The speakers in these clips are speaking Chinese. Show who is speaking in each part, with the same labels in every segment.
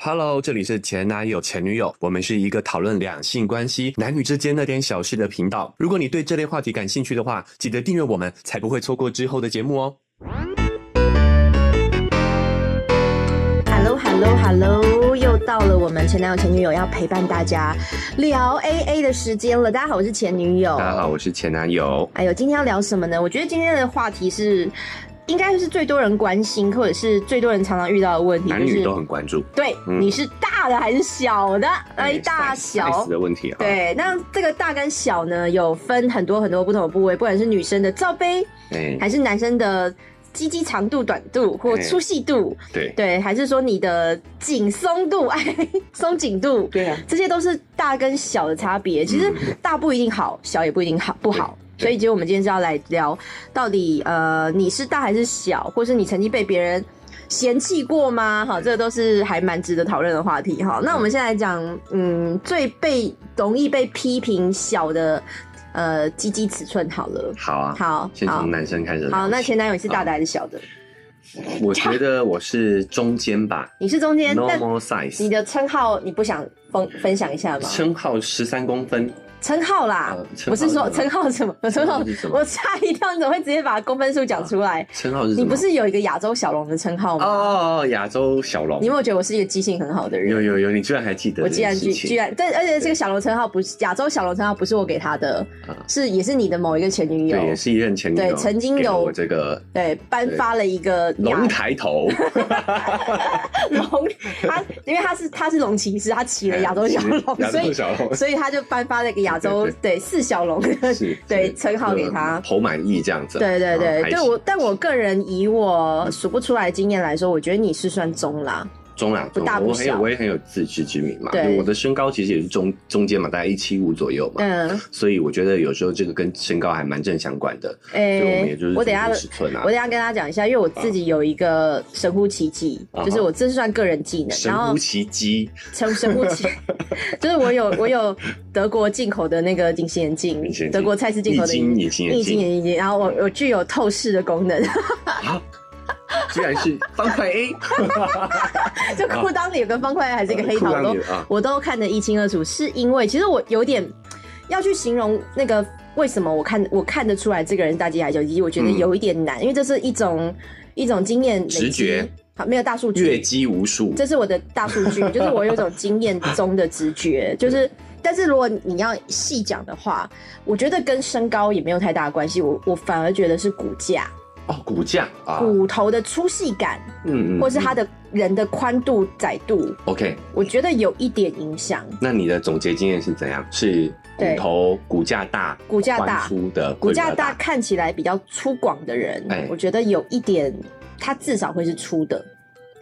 Speaker 1: Hello，这里是前男友前女友，我们是一个讨论两性关系、男女之间那点小事的频道。如果你对这类话题感兴趣的话，记得订阅我们，才不会错过之后的节目哦。
Speaker 2: Hello Hello Hello，又到了我们前男友前女友要陪伴大家聊 AA 的时间了。大家好，我是前女友。
Speaker 1: 大家好，我是前男友。
Speaker 2: 哎呦，今天要聊什么呢？我觉得今天的话题是，应该是最多人关心，或者是最多人常常遇到的问题，
Speaker 1: 男女
Speaker 2: 就
Speaker 1: 都
Speaker 2: 是
Speaker 1: 很关注，
Speaker 2: 对、
Speaker 1: 嗯
Speaker 2: 你是大的还是小的？哎，
Speaker 1: 哎
Speaker 2: 大
Speaker 1: size-
Speaker 2: 小
Speaker 1: size 的问题啊。，
Speaker 2: 对，那这个大跟小呢，有分很多很多不同的部位，不管是女生的罩杯，
Speaker 1: 哎，
Speaker 2: 还是男生的鸡鸡长度、短度或
Speaker 1: 哎
Speaker 2: 粗细度，
Speaker 1: 对，
Speaker 2: 对，还是说你的紧松度、哎，松紧度，
Speaker 1: 对啊，
Speaker 2: 这些都是大跟小的差别。其实大不一定好，小也不一定好不好。
Speaker 1: 嗯对对
Speaker 2: 所以，其实我们今天是要来聊，到底呃你是大还是小，或是你曾经被别人嫌弃过吗？好，这个都是还蛮值得讨论的话题。好，那我们现在来讲，嗯，最被容易被批评小的呃鸡鸡尺寸好了。
Speaker 1: 好啊，
Speaker 2: 好，
Speaker 1: 先
Speaker 2: 好
Speaker 1: 从，男生开始聊。
Speaker 2: 好，那前男友你是大的还是小的？
Speaker 1: 我觉得我是中间吧
Speaker 2: 你是中间，但
Speaker 1: ，normal
Speaker 2: 你
Speaker 1: size，
Speaker 2: 的称号你不想分分享一下吗？
Speaker 1: 称号十三公分，
Speaker 2: 称号啦
Speaker 1: 呃，称号
Speaker 2: 不啊是说
Speaker 1: 是什
Speaker 2: 称
Speaker 1: 么
Speaker 2: 号什么，我称号
Speaker 1: 称号是什，么
Speaker 2: 我吓一跳，你怎么会直接把公分数讲出来？
Speaker 1: 称号是什么？
Speaker 2: 你不是有一个亚洲小龙的称号
Speaker 1: 哦
Speaker 2: 吗？
Speaker 1: 哦哦亚洲小龙
Speaker 2: 你有。没有觉得我是一个记性很好的
Speaker 1: 有
Speaker 2: 人？
Speaker 1: 有有，你居然还记得
Speaker 2: 我
Speaker 1: 这
Speaker 2: 居
Speaker 1: 件
Speaker 2: 然
Speaker 1: 事情？
Speaker 2: 居居然，但而且这个小龙称号不是亚洲小龙称号，不是我给他的
Speaker 1: 啊，
Speaker 2: 是也是你的某一个前女友
Speaker 1: 对，，也是一任前女友，
Speaker 2: 对曾经有
Speaker 1: 给了我这个
Speaker 2: 对，颁发了一个
Speaker 1: 龙
Speaker 2: 亚
Speaker 1: 抬 头，
Speaker 2: 龙，他因为他是他是龙骑士，他骑了亚洲小 龙，
Speaker 1: 亚
Speaker 2: 所
Speaker 1: 洲
Speaker 2: 以
Speaker 1: 小 龙
Speaker 2: 所以他就颁发了一个亚洲
Speaker 1: 对
Speaker 2: 对四小龙的
Speaker 1: 是
Speaker 2: 对
Speaker 1: 是
Speaker 2: 称号给他
Speaker 1: 头满意这样子，
Speaker 2: 对对
Speaker 1: 然后
Speaker 2: 对，
Speaker 1: 还
Speaker 2: 对
Speaker 1: 行
Speaker 2: 我，但我个人以我数不出来的经验来说，我觉得你是算中啦。
Speaker 1: 中啊
Speaker 2: 不
Speaker 1: 中
Speaker 2: 大
Speaker 1: 啊，
Speaker 2: 不
Speaker 1: 我很有
Speaker 2: 小
Speaker 1: 我也很有自知之明嘛，
Speaker 2: 对
Speaker 1: 就我的身高其实也是中中间嘛，大概一七五左右嘛，
Speaker 2: 嗯，
Speaker 1: 所以我觉得有时候这个跟身高还蛮正相关的，所以我们
Speaker 2: 诶、
Speaker 1: 也就是
Speaker 2: 我等一下
Speaker 1: 平均尺寸啊
Speaker 2: 我等一，下跟大家讲一下，因为我自己有一个神乎其技，
Speaker 1: 啊哈
Speaker 2: 就是我这是算个人技能，
Speaker 1: 神
Speaker 2: 然后
Speaker 1: 乎其技，
Speaker 2: 神神乎其，就是我有我有德国进口的那个隐形眼镜
Speaker 1: 隐形，眼镜
Speaker 2: 德国蔡司进
Speaker 1: 易
Speaker 2: 口的
Speaker 1: 经
Speaker 2: 隐
Speaker 1: 隐形眼
Speaker 2: 隐形
Speaker 1: 镜
Speaker 2: 眼镜，然后我我具有透视的功能，
Speaker 1: 啊，居然 是方块 A，
Speaker 2: 就裤裆里有个方块还是一个黑桃
Speaker 1: 裤裆
Speaker 2: 都
Speaker 1: 里 啊，
Speaker 2: 我都看得一清二楚，是因为其实我有点要去形容那个为什么我看我看得出来这个人是大鸡还是小鸡，我觉得
Speaker 1: 嗯
Speaker 2: 有一点难，因为这是一种一种经验累积
Speaker 1: 直觉，
Speaker 2: 好没有大数
Speaker 1: 月
Speaker 2: 据，
Speaker 1: 积无数，
Speaker 2: 这是我的大数 据，就是我有一种经验中的直觉，就是。但是如果你要细讲的话，我觉得跟身高也没有太大的关系，我我反而觉得是骨架、
Speaker 1: 哦，骨架啊，
Speaker 2: 骨头的粗细感，
Speaker 1: 嗯嗯，
Speaker 2: 或是
Speaker 1: 嗯
Speaker 2: 他的人的宽度、窄度，
Speaker 1: OK，
Speaker 2: 我觉得有一点影响。
Speaker 1: 那你的总结经验是怎样？是骨
Speaker 2: 对
Speaker 1: 头骨架大，
Speaker 2: 骨架
Speaker 1: 宽
Speaker 2: 大
Speaker 1: 粗的
Speaker 2: 骨
Speaker 1: 会比较
Speaker 2: 架大，看起来比较粗犷的人，
Speaker 1: 哎
Speaker 2: 我觉得有一点，他至少会是粗的，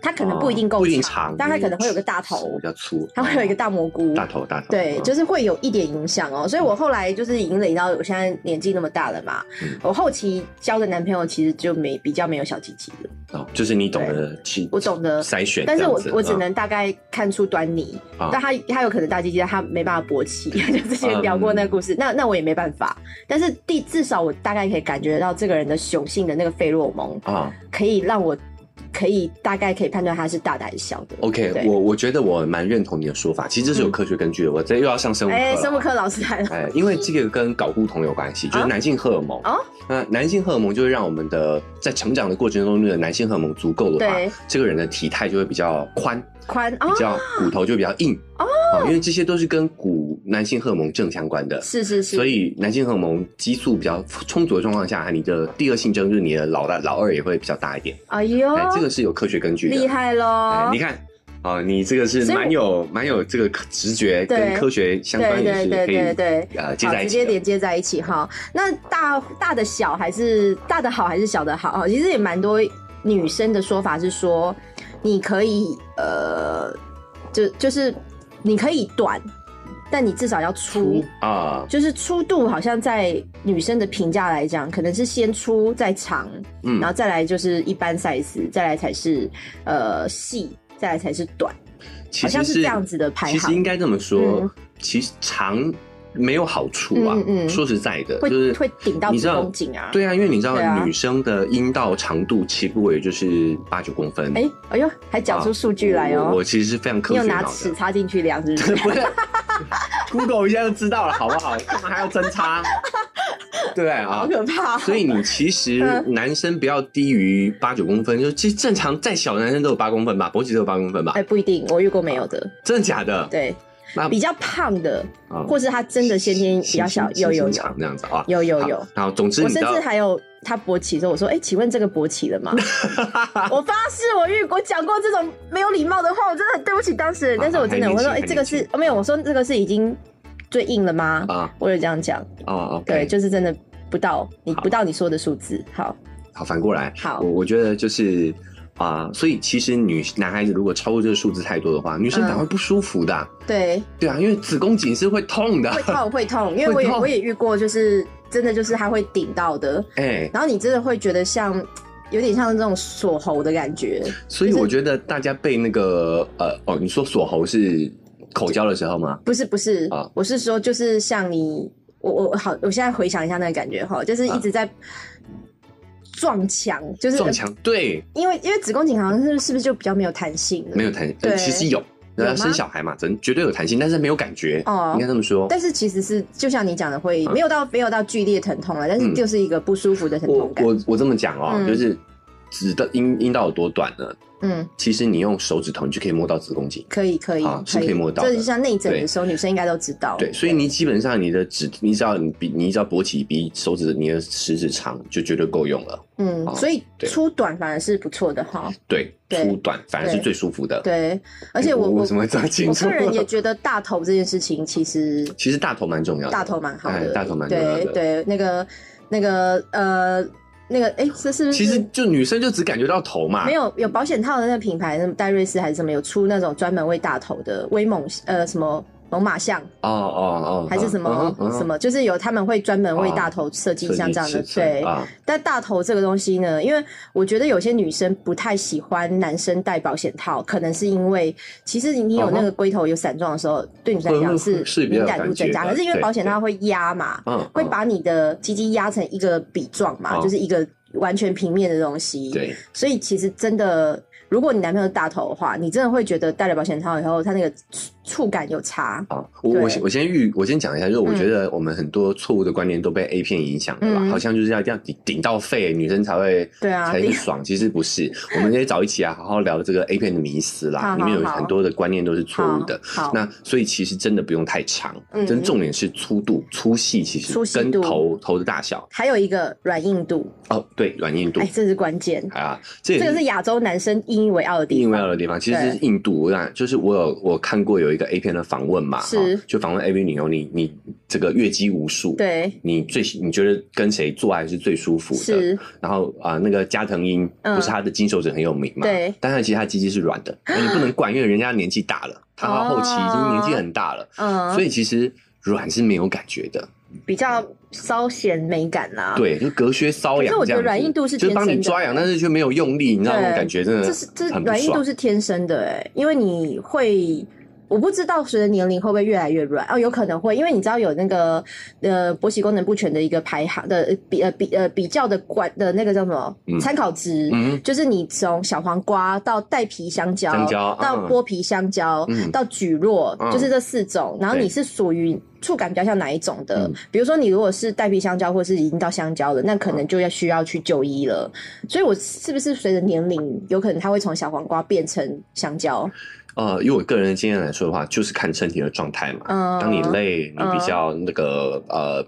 Speaker 2: 他可能不一定
Speaker 1: 哦
Speaker 2: 够
Speaker 1: 不一定
Speaker 2: 长，
Speaker 1: 长，
Speaker 2: 但他可能会有个大头
Speaker 1: 比，较粗，
Speaker 2: 他会有一个大蘑菇。
Speaker 1: 大头大头，
Speaker 2: 对，
Speaker 1: 嗯
Speaker 2: 就是会有一点影响哦，所以我后来就是已经累到我现在年纪那么大了嘛，
Speaker 1: 嗯
Speaker 2: 我后期交的男朋友其实就没比较没有小鸡鸡了，
Speaker 1: 哦，就是你懂得去，
Speaker 2: 我懂得
Speaker 1: 筛选这
Speaker 2: 但
Speaker 1: 样子，
Speaker 2: 是我我只
Speaker 1: 嗯
Speaker 2: 能大概看出端倪，
Speaker 1: 啊嗯
Speaker 2: 但他他有可能大鸡鸡，但他没办法勃起， 就之前聊过那个故事，那那我也没办法，但是第至少我大概可以感觉到这个人的雄性的那个费洛蒙，
Speaker 1: 啊
Speaker 2: 可以让我可以大概可以判断他是大的还是小的。
Speaker 1: ，OK，
Speaker 2: 对
Speaker 1: 我我觉得我蛮认同你的说法，其实这是有
Speaker 2: 嗯
Speaker 1: 科学根据的，我这又要上生物课，
Speaker 2: 哎，生物。课老师来了，
Speaker 1: 哎，因为这个跟睾固酮有关系，就是
Speaker 2: 啊
Speaker 1: 男性荷尔蒙。
Speaker 2: 哦
Speaker 1: 那男性荷尔蒙就会让我们的在成长的过程中，那个男性荷尔蒙足够的话
Speaker 2: 对，
Speaker 1: 这个人的体态就会比较宽，
Speaker 2: 宽啊
Speaker 1: 比，较骨头就比较硬
Speaker 2: 哦
Speaker 1: 啊因为这些都是跟骨男性荷尔蒙正相关的，
Speaker 2: 是是是，
Speaker 1: 所以男性荷尔蒙激素比较充足的状况下，你的第二性征就是你的老大老二也会比较大一点，
Speaker 2: 哎呦，
Speaker 1: 哎，这个是有科学根据的，
Speaker 2: 厉害
Speaker 1: 哎
Speaker 2: 喽！
Speaker 1: 你看。啊、你这个是
Speaker 2: 所以我
Speaker 1: 蛮有蛮有这个直觉跟
Speaker 2: 对
Speaker 1: 科学相关
Speaker 2: 对
Speaker 1: 也
Speaker 2: 对
Speaker 1: 是
Speaker 2: 对
Speaker 1: 可以
Speaker 2: 对对。
Speaker 1: 呃接
Speaker 2: 好，
Speaker 1: 在一
Speaker 2: 直
Speaker 1: 起
Speaker 2: 接
Speaker 1: 的。
Speaker 2: 连接在一起哈。那大大的小还是大的好还是小的好？其实也蛮多女生的说法是说，你可以呃，就就是你可以短，但你至少要粗。
Speaker 1: 啊，
Speaker 2: 就是粗度好像在女生的评价来讲，可能是先粗再长，
Speaker 1: 嗯
Speaker 2: 然，后再来就是一般 size，再来才是呃细，再来才是短，
Speaker 1: 其
Speaker 2: 好
Speaker 1: 实
Speaker 2: 像
Speaker 1: 是
Speaker 2: 是这样子的排
Speaker 1: 其实应
Speaker 2: 行。
Speaker 1: 该这么说，
Speaker 2: 嗯
Speaker 1: 其实长没有好处啊。
Speaker 2: 嗯嗯
Speaker 1: 说实在的，
Speaker 2: 会
Speaker 1: 就是
Speaker 2: 会顶到
Speaker 1: 你
Speaker 2: 子
Speaker 1: 知道
Speaker 2: 宫颈啊。
Speaker 1: 对啊，因为你知道
Speaker 2: 对啊
Speaker 1: 女生的阴道长度起步也就是八九公分。啊
Speaker 2: 哎、哎呦，还讲出数据来
Speaker 1: 我
Speaker 2: 哦
Speaker 1: 我！其实是非常科
Speaker 2: 你
Speaker 1: 学
Speaker 2: 有
Speaker 1: 脑
Speaker 2: 拿
Speaker 1: 的。
Speaker 2: 尺插进去量，是不是？
Speaker 1: 不是 ，Google 一下就知道了，好不好？干嘛还要针插？对不对啊
Speaker 2: 好，可怕、哦！
Speaker 1: 所以你其实
Speaker 2: 嗯
Speaker 1: 男生不要低于八九公分，就其实正常再小的男生都有八公分吧，勃起都有八公分吧
Speaker 2: 哎、，不一定，我遇过没有的。
Speaker 1: 真的假的？
Speaker 2: 对，
Speaker 1: 那
Speaker 2: 比较胖的，
Speaker 1: 啊
Speaker 2: 或是他真的先天比较小，
Speaker 1: 心
Speaker 2: 有
Speaker 1: 心
Speaker 2: 有有
Speaker 1: 肠这样子啊，
Speaker 2: 有有
Speaker 1: 好
Speaker 2: 有。
Speaker 1: 然后总之
Speaker 2: 我
Speaker 1: 你知
Speaker 2: 甚
Speaker 1: 道
Speaker 2: 至，还有他勃起之后，我说：“哎、请问这个勃起了吗？” 我发誓我遇我讲过这种没有礼貌的话，我真的很对不起当事人。
Speaker 1: 好
Speaker 2: 但是我真的
Speaker 1: 还
Speaker 2: 我说：“哎、
Speaker 1: 啊年轻
Speaker 2: 这个
Speaker 1: 还
Speaker 2: 是
Speaker 1: 年
Speaker 2: 哦没有，我说这个是已经最硬了吗？”
Speaker 1: 啊
Speaker 2: 我有这样讲，
Speaker 1: 哦哦，
Speaker 2: 对，
Speaker 1: 对，
Speaker 2: 就是真的不到你
Speaker 1: 好
Speaker 2: 不到你说的数字。好，
Speaker 1: 好反过来，
Speaker 2: 好
Speaker 1: 我我觉得就是啊、所以其实女男孩子如果超过这个数字太多的话，女生
Speaker 2: 嗯
Speaker 1: 哪会不舒服的啊、
Speaker 2: 对，
Speaker 1: 对啊，因为子宫颈是会痛的，
Speaker 2: 会痛会痛，因为我
Speaker 1: 会
Speaker 2: 也
Speaker 1: 痛
Speaker 2: 我也遇过，就是真的就是他会顶到的，
Speaker 1: 哎、
Speaker 2: 然后你真的会觉得像有点像这种锁喉的感觉，
Speaker 1: 所以我觉得大家被那个呃哦，你说锁喉是口交的时候吗？
Speaker 2: 不是不是，
Speaker 1: 啊
Speaker 2: 我是说就是像你，我我我好，我现在回想一下那个感觉哈，就是一直在撞墙，就是
Speaker 1: 啊
Speaker 2: 呃
Speaker 1: 撞墙对，
Speaker 2: 因为因为子宫颈好像是是不是就比较没有弹性了？
Speaker 1: 没有弹，
Speaker 2: 对
Speaker 1: 呃其实有，
Speaker 2: 有吗
Speaker 1: 那生小孩嘛，真绝对有弹性，但是没有感觉，
Speaker 2: 哦
Speaker 1: 应该这么说。
Speaker 2: 但是其实是就像你讲的会，
Speaker 1: 嗯
Speaker 2: 没有到没有到剧烈疼痛了，但是
Speaker 1: 嗯
Speaker 2: 就是一个不舒服的疼
Speaker 1: 我
Speaker 2: 痛感。
Speaker 1: 我我这么讲哦，
Speaker 2: 嗯
Speaker 1: 就是指的阴阴道有多短呢？
Speaker 2: 嗯，
Speaker 1: 其实你用手指头，你就可以摸到子宫颈。
Speaker 2: 可以可以
Speaker 1: 啊好是可以摸到的
Speaker 2: 这就像内诊的时候，女生应该都知道。
Speaker 1: 对，所以你基本上你的指，你只要你比你只要勃起比手指你的食指长，就绝对够用了。
Speaker 2: 嗯，
Speaker 1: 哦
Speaker 2: 所以
Speaker 1: 对啊
Speaker 2: 粗短反而是不错的哈。
Speaker 1: 对，
Speaker 2: 对
Speaker 1: 粗短反而是
Speaker 2: 对
Speaker 1: 最舒服的。
Speaker 2: 对，而且
Speaker 1: 哎
Speaker 2: 我
Speaker 1: 我为什么会这么清
Speaker 2: 我
Speaker 1: 楚
Speaker 2: 个人也觉得大头这件事情其实
Speaker 1: 其实大头蛮重要的，
Speaker 2: 大头蛮好
Speaker 1: 哎
Speaker 2: 的，
Speaker 1: 大头蛮重要
Speaker 2: 对
Speaker 1: 的。
Speaker 2: 对，那个那个呃那个哎，这是不是
Speaker 1: 其实就女生就只感觉到头嘛，
Speaker 2: 没有有保险套的那个品牌，什么戴瑞斯还是什么，有出那种专门为大头的威猛呃什么猛犸象
Speaker 1: 哦哦哦，
Speaker 2: 还是什么
Speaker 1: 嗯嗯嗯哦
Speaker 2: 什么，就是有他们会专门为大头设计
Speaker 1: 设计
Speaker 2: 像这样
Speaker 1: 尺
Speaker 2: 的
Speaker 1: 寸
Speaker 2: 对。
Speaker 1: 啊，
Speaker 2: 但大头这个东西呢，因为我觉得有些女生不太喜欢男生戴保险套，可能是因为其实你有那个龟头有闪状的时候，对女生来讲
Speaker 1: 嗯会
Speaker 2: 是
Speaker 1: 是比较
Speaker 2: 敏
Speaker 1: 有
Speaker 2: 感度增
Speaker 1: 感
Speaker 2: 加，
Speaker 1: 觉
Speaker 2: 可
Speaker 1: 的
Speaker 2: 是因为
Speaker 1: 对
Speaker 2: 保险套会压嘛，
Speaker 1: 嗯，嗯
Speaker 2: 会把你的鸡鸡压成一个笔状嘛，
Speaker 1: 哦
Speaker 2: 就是一个完全平面的东西。，
Speaker 1: 嗯对
Speaker 2: 所以其实真的，如果你男朋友是大头的话，你真的会觉得戴了保险套以后，它那个触触感有差。
Speaker 1: 啊，我我
Speaker 2: 对
Speaker 1: 先我先预我先讲一下，就是我觉得我们很多错误的观念都被 A 片影响了吧，
Speaker 2: 嗯
Speaker 1: 好像就是要这样顶顶到肺，女生才会
Speaker 2: 对啊
Speaker 1: 才会
Speaker 2: 顶
Speaker 1: 爽，其实不是，我们可以找一起啊，好好聊这个 A 片的迷思
Speaker 2: 好
Speaker 1: 啦，
Speaker 2: 好
Speaker 1: 里面有
Speaker 2: 好
Speaker 1: 很多的观念都是错
Speaker 2: 好
Speaker 1: 误的。
Speaker 2: 好，
Speaker 1: 那所以其实真的不用太长，
Speaker 2: 嗯
Speaker 1: 真重点是粗度、粗细，其实
Speaker 2: 粗细
Speaker 1: 跟
Speaker 2: 度
Speaker 1: 头头的大小
Speaker 2: 还有一个软硬度，
Speaker 1: 哦，对，软硬度
Speaker 2: 哎，这是关键。
Speaker 1: 啊，这也
Speaker 2: 这个是亚洲男生引以为傲的地
Speaker 1: 印
Speaker 2: 方。
Speaker 1: 度要的地方，其实是印度。我想就是我有我看过有一个 A 片的访问嘛，
Speaker 2: 是
Speaker 1: 哦就访问 AV 女优，你你这个月经无数，，
Speaker 2: 对，
Speaker 1: 你最你觉得跟谁做爱是最舒服的？
Speaker 2: 是，
Speaker 1: 然后啊、那个加藤鹰
Speaker 2: 嗯
Speaker 1: 不是他的金手指很有名嘛？
Speaker 2: 对
Speaker 1: 但他其实他鸡鸡是 软的，你不能管，因为人家年纪大
Speaker 2: 哦
Speaker 1: 了，他到后期已经年纪很大了，
Speaker 2: 嗯，
Speaker 1: 所以其实软是没有感觉的，
Speaker 2: 比较稍显美感啦、，
Speaker 1: 对，就隔靴搔
Speaker 2: 啊可是
Speaker 1: 痒
Speaker 2: 我
Speaker 1: 这
Speaker 2: 觉
Speaker 1: 样子。
Speaker 2: 得软硬度是
Speaker 1: 就是帮
Speaker 2: 天
Speaker 1: 你
Speaker 2: 生的
Speaker 1: 抓痒，
Speaker 2: 欸
Speaker 1: 但是却没有用力，你知道那种
Speaker 2: 对
Speaker 1: 感觉真的
Speaker 2: 这是这
Speaker 1: 呃很不
Speaker 2: 软硬
Speaker 1: 爽
Speaker 2: 度是天生的哎、因为你会。我不知道随着年龄会不会越来越软哦，有可能会，因为你知道有那个呃勃起功能不全的一个排行的呃比呃比呃比较的管的那个叫什么
Speaker 1: 嗯
Speaker 2: 参考值，
Speaker 1: 嗯
Speaker 2: 就是你从小黄瓜到带皮香蕉，
Speaker 1: 香蕉
Speaker 2: 到
Speaker 1: 嗯
Speaker 2: 剥皮香蕉，
Speaker 1: 嗯
Speaker 2: 到蒟蒻，
Speaker 1: 嗯
Speaker 2: 就是这四种。然后
Speaker 1: 对
Speaker 2: 你是属于触感比较像哪一种的？
Speaker 1: 嗯
Speaker 2: 比如说你如果是带皮香蕉，或是已经到香蕉了，那可能
Speaker 1: 嗯
Speaker 2: 就要需要去就医了。所以，我是不是随着年龄，有可能它会从小黄瓜变成香蕉？
Speaker 1: 呃，以我个人的经验来说的话，就是看身体的状态嘛。
Speaker 2: 嗯，
Speaker 1: 当你累，你比较那个、呃，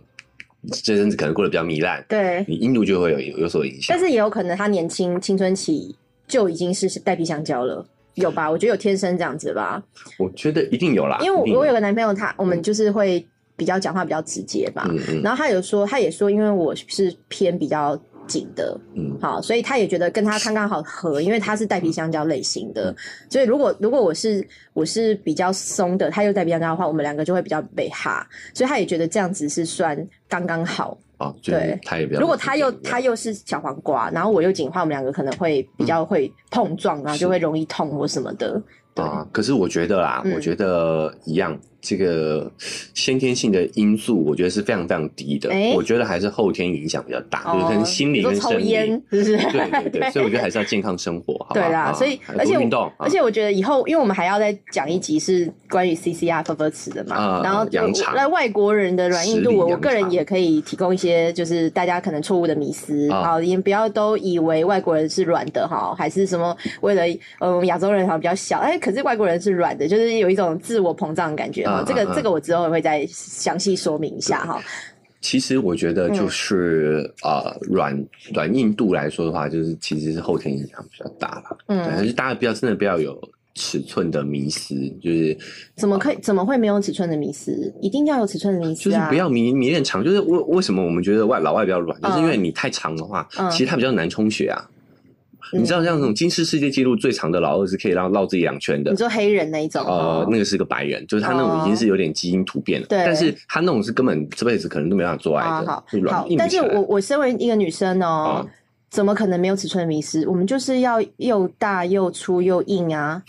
Speaker 1: 这阵子可能过得比较糜烂，
Speaker 2: 对，
Speaker 1: 你硬度就会有有所影响
Speaker 2: 但。是也有可能他年轻青春期就已经是带皮香蕉了。有吧？我觉得有天生这样子吧，
Speaker 1: 我觉得一定有啦，
Speaker 2: 因为我
Speaker 1: 一定
Speaker 2: 我有个男朋友他，我们就是会比较讲话比较直接吧，
Speaker 1: 嗯嗯
Speaker 2: 然后他有说，他也说，因为我是偏比较紧的，
Speaker 1: 嗯
Speaker 2: 好，所以他也觉得跟他刚刚好合，因为他是带皮香蕉类型
Speaker 1: 嗯
Speaker 2: 的，所以如果如果我是我是比较松的，他又带皮香蕉的话，我们两个就会比较被哈，所以他也觉得这样子是算刚刚好。
Speaker 1: 哦，就是
Speaker 2: 对
Speaker 1: 他也比较。
Speaker 2: 如果他又他又是小黄瓜，然后我又紧的话，我们两个可能会比
Speaker 1: 嗯
Speaker 2: 较会碰撞，然后就会容易痛或什么的。对
Speaker 1: 啊，可是我觉得啦，
Speaker 2: 嗯
Speaker 1: 我觉得一样，这个先天性的因素，我觉得是非常非常低的。
Speaker 2: 哎
Speaker 1: 我觉得还是后天影响比较大，就是可能心理
Speaker 2: 哦你
Speaker 1: 跟
Speaker 2: 说抽
Speaker 1: 生理。
Speaker 2: 烟是不是？
Speaker 1: 对对 对，所以我觉得还是要健康生活，好吧？
Speaker 2: 对啦，
Speaker 1: 啊
Speaker 2: 所以
Speaker 1: 啊
Speaker 2: 而且
Speaker 1: 多
Speaker 2: 我
Speaker 1: 运动，
Speaker 2: 而且我觉得以后，因为我们还要再讲一集是关于 CCR 可可词的嘛，
Speaker 1: 啊
Speaker 2: 然后
Speaker 1: 扬
Speaker 2: 我
Speaker 1: 场
Speaker 2: 那外国人的软硬
Speaker 1: 实
Speaker 2: 度，
Speaker 1: 力
Speaker 2: 我我
Speaker 1: 扬
Speaker 2: 个人
Speaker 1: 场
Speaker 2: 也可以提供一些，就是大家可能错误的迷思，
Speaker 1: 啊
Speaker 2: 好、也不要都以为外国人是软的哈，还是什么为了嗯亚洲人好像比较小，哎，可是外国人是软的，就是有一种自我膨胀的感觉哈、
Speaker 1: 啊
Speaker 2: 这个
Speaker 1: 啊啊
Speaker 2: 这个我之后会再详细说明一下哈，
Speaker 1: 其实我觉得
Speaker 2: 嗯
Speaker 1: 就是啊，软软硬度来说的话，就是其实是后天影响比较大啦。对，但
Speaker 2: 嗯，
Speaker 1: 是大家不要真的不要有尺寸的迷失，就是
Speaker 2: 怎么可以怎么会没有尺寸的迷思？一定要有尺寸的迷
Speaker 1: 就
Speaker 2: 思
Speaker 1: 是
Speaker 2: 啊，
Speaker 1: 不要迷迷恋长，就是为为什么我们觉得外老外比较软，就是因为你太长的话，
Speaker 2: 嗯
Speaker 1: 其实它比较难充血啊。
Speaker 2: 嗯
Speaker 1: 你知道像那种金氏世界纪录最长的老二是可以让绕自己两圈的
Speaker 2: 你，说黑人那一种，
Speaker 1: 呃
Speaker 2: 哦，
Speaker 1: 那个是个白人，就是他那种已经是有点基因突变了，
Speaker 2: 对
Speaker 1: 但是他那种是根本这辈子可能都没办法做爱
Speaker 2: 啊，
Speaker 1: 的
Speaker 2: 好，
Speaker 1: 就软
Speaker 2: 好
Speaker 1: 硬，不
Speaker 2: 但
Speaker 1: 起
Speaker 2: 是我
Speaker 1: 来。
Speaker 2: 我身为一个女生哦，
Speaker 1: 啊
Speaker 2: 怎么可能没有尺寸迷失？我们就是要又大又粗又硬啊！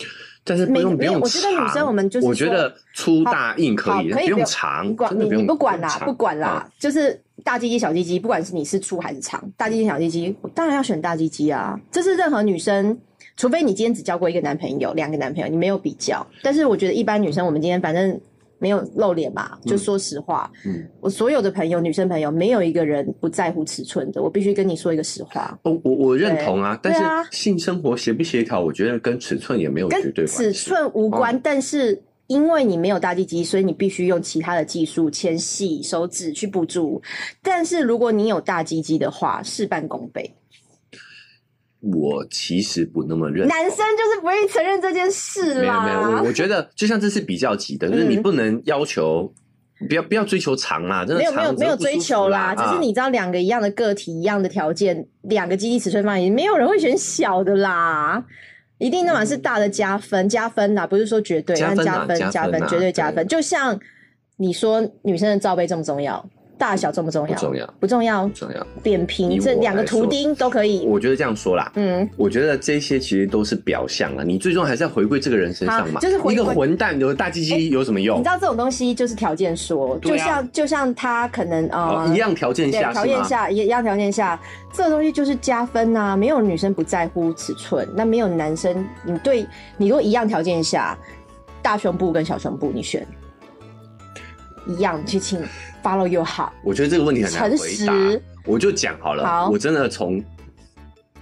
Speaker 1: 但是不
Speaker 2: 每
Speaker 1: 用不
Speaker 2: 没有
Speaker 1: 用
Speaker 2: 我觉得女
Speaker 1: 长
Speaker 2: 生我们就是
Speaker 1: 我觉
Speaker 2: 说
Speaker 1: 得粗
Speaker 2: 好
Speaker 1: 大硬可
Speaker 2: 好
Speaker 1: 以，
Speaker 2: 可
Speaker 1: 但
Speaker 2: 以
Speaker 1: 不用
Speaker 2: 不用
Speaker 1: 长
Speaker 2: 你，管
Speaker 1: 真的
Speaker 2: 你
Speaker 1: 不用
Speaker 2: 你不管啦，
Speaker 1: 长
Speaker 2: 不管啦
Speaker 1: 啊，
Speaker 2: 就是大鸡鸡小鸡鸡，不管是你是粗还是长，大鸡鸡小鸡鸡，我当然要选大鸡鸡啊！这是任何女生。除非你今天只交过一个男朋友、两个男朋友，你没有比较，但是我觉得一般女生，我们今天反正没有露脸嘛，就
Speaker 1: 嗯
Speaker 2: 说实话，
Speaker 1: 嗯
Speaker 2: 我所有的朋友，女生朋友，没有一个人不在乎尺寸的。我必须跟你说一个实话，
Speaker 1: 我我我认同啊，
Speaker 2: 对
Speaker 1: 但是
Speaker 2: 对啊
Speaker 1: 性生活协不协调，我觉得跟尺寸也没有绝对哦关
Speaker 2: 跟
Speaker 1: 系。
Speaker 2: 尺寸无关，但是因为你没有大鸡鸡，所以你必须用其他的技术牵细手指去补足。但是如果你有大鸡鸡的话，事半功倍。
Speaker 1: 我其实不那么认。
Speaker 2: 男生就是不愿意承认这件事
Speaker 1: 没有
Speaker 2: 啦。
Speaker 1: 没有，我我觉得就像这是比较级的，就是你
Speaker 2: 嗯
Speaker 1: 不能要求，不要不要追求长嘛，真的
Speaker 2: 没有
Speaker 1: 长
Speaker 2: 没有
Speaker 1: 只是
Speaker 2: 没有
Speaker 1: 不舒
Speaker 2: 追
Speaker 1: 服
Speaker 2: 求啦，只
Speaker 1: 啊
Speaker 2: 是你知道两个一样的个体、一样的条件，两个基地尺寸放也没有人会选小的啦。一定那碗是大的加分，加分啦，不是说绝对，
Speaker 1: 加
Speaker 2: 但
Speaker 1: 分啊
Speaker 2: 加分
Speaker 1: 加
Speaker 2: 加
Speaker 1: 分
Speaker 2: 分
Speaker 1: 啊
Speaker 2: 绝对加
Speaker 1: 对
Speaker 2: 分。就像你说女生的罩杯重不重要，大小重不重
Speaker 1: 不
Speaker 2: 要？
Speaker 1: 重要
Speaker 2: 不重要
Speaker 1: 不，重要。
Speaker 2: 扁
Speaker 1: 以
Speaker 2: 平
Speaker 1: 我
Speaker 2: 这两个
Speaker 1: 来说
Speaker 2: 图钉都可以。
Speaker 1: 我觉得这样说啦，
Speaker 2: 嗯，
Speaker 1: 我觉得这些其实都是表象啊，你最终还是要回归这个人身上
Speaker 2: 好
Speaker 1: 嘛。
Speaker 2: 就是回
Speaker 1: 一个
Speaker 2: 归
Speaker 1: 混蛋有大鸡
Speaker 2: 哎
Speaker 1: 鸡有什么
Speaker 2: 你
Speaker 1: 用
Speaker 2: 知？道这种东西就是条件说，
Speaker 1: 哦对
Speaker 2: 就
Speaker 1: 啊
Speaker 2: 像就像他可能
Speaker 1: 哦
Speaker 2: 呃
Speaker 1: 一样条件
Speaker 2: 对，
Speaker 1: 下
Speaker 2: 条
Speaker 1: 是
Speaker 2: 件
Speaker 1: 吗？
Speaker 2: 下也一样条件下，这个东西就是加分呐、没有女生不在乎尺寸，那没有男生，你对你如果一样条件下，大胸部跟小胸部你选一样，去请 follow 又好，
Speaker 1: 我觉得这个问题很难
Speaker 2: 诚
Speaker 1: 回
Speaker 2: 实
Speaker 1: 答，我就讲好了。
Speaker 2: 好
Speaker 1: 我真的从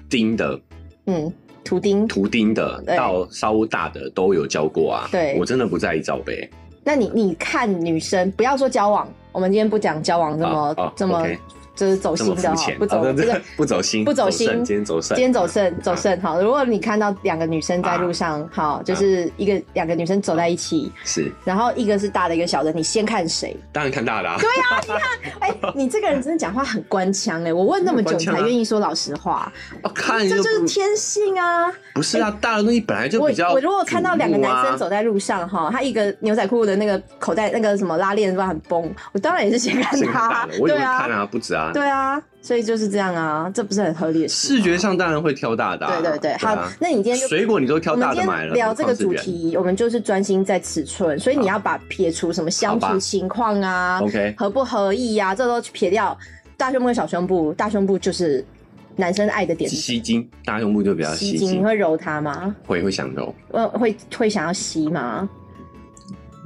Speaker 1: 丁的
Speaker 2: 嗯，图钉，
Speaker 1: 图钉的
Speaker 2: 对
Speaker 1: 到稍大的都有教过啊。
Speaker 2: 对
Speaker 1: 我真的不在意罩杯。
Speaker 2: 那你你看女生，不要说交往，我们今天不讲交往这么、
Speaker 1: 啊啊
Speaker 2: 这么
Speaker 1: OK
Speaker 2: 就是走
Speaker 1: 这
Speaker 2: 心
Speaker 1: 么
Speaker 2: 的
Speaker 1: 肤
Speaker 2: 哈
Speaker 1: 浅，，
Speaker 2: 不走
Speaker 1: 啊
Speaker 2: 不
Speaker 1: 对
Speaker 2: 是
Speaker 1: 对不 走心，
Speaker 2: 不走心
Speaker 1: 肾今天走肾，
Speaker 2: 今天走肾，走肾好。如果你看到两个女生在路上，好，
Speaker 1: 啊
Speaker 2: 就是一个两个女生走在一起，
Speaker 1: 是
Speaker 2: 然后一个是大的，一个小的，你先 看谁？
Speaker 1: 当然看大的啊。
Speaker 2: 哎、你这个人真的讲话很官腔哎、我问那么久，
Speaker 1: 很官
Speaker 2: 你
Speaker 1: 腔啊
Speaker 2: 才愿意说老实话，
Speaker 1: 啊看
Speaker 2: 这
Speaker 1: 就
Speaker 2: 就是
Speaker 1: 不
Speaker 2: 天性啊！
Speaker 1: 不是啊，大的东西本来就
Speaker 2: 我
Speaker 1: 比较
Speaker 2: 我如果看到两个
Speaker 1: 瞩目啊
Speaker 2: 男生走在路上哈，他一个牛仔裤的那个口袋那个什么拉链是吧很崩，我当然也是先看
Speaker 1: 先看
Speaker 2: 他
Speaker 1: 大，的，我也
Speaker 2: 对
Speaker 1: 会看
Speaker 2: 啊，
Speaker 1: 啊，不止啊。
Speaker 2: 对啊，所以就是这样啊，这不是很合理的事吗
Speaker 1: 视觉上当然会挑大的啊。
Speaker 2: 对对对，好，
Speaker 1: 啊
Speaker 2: 那你今天就
Speaker 1: 水果你都挑
Speaker 2: 我们
Speaker 1: 大
Speaker 2: 今
Speaker 1: 的买
Speaker 2: 天
Speaker 1: 了，
Speaker 2: 聊这个主
Speaker 1: 何况是别人。
Speaker 2: 题，我们就是专心在尺寸，所以你
Speaker 1: 好
Speaker 2: 要把撇除什么相
Speaker 1: 好吧
Speaker 2: 处情况啊、
Speaker 1: OK，
Speaker 2: 合不合意呀、这都撇掉。大胸部跟小胸部，大胸部就是男生爱的点，
Speaker 1: 吸睛，大胸部就比较吸
Speaker 2: 睛你
Speaker 1: 睛，
Speaker 2: 会揉它吗？
Speaker 1: 会会想揉。
Speaker 2: 呃，会会想要吸吗？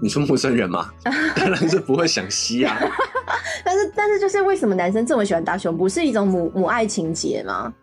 Speaker 1: 你说陌生人 嘛，当然是不会想吸啊。
Speaker 2: 但是但是就是为什么男生这么喜欢大胸部，是一种母母爱情节吗？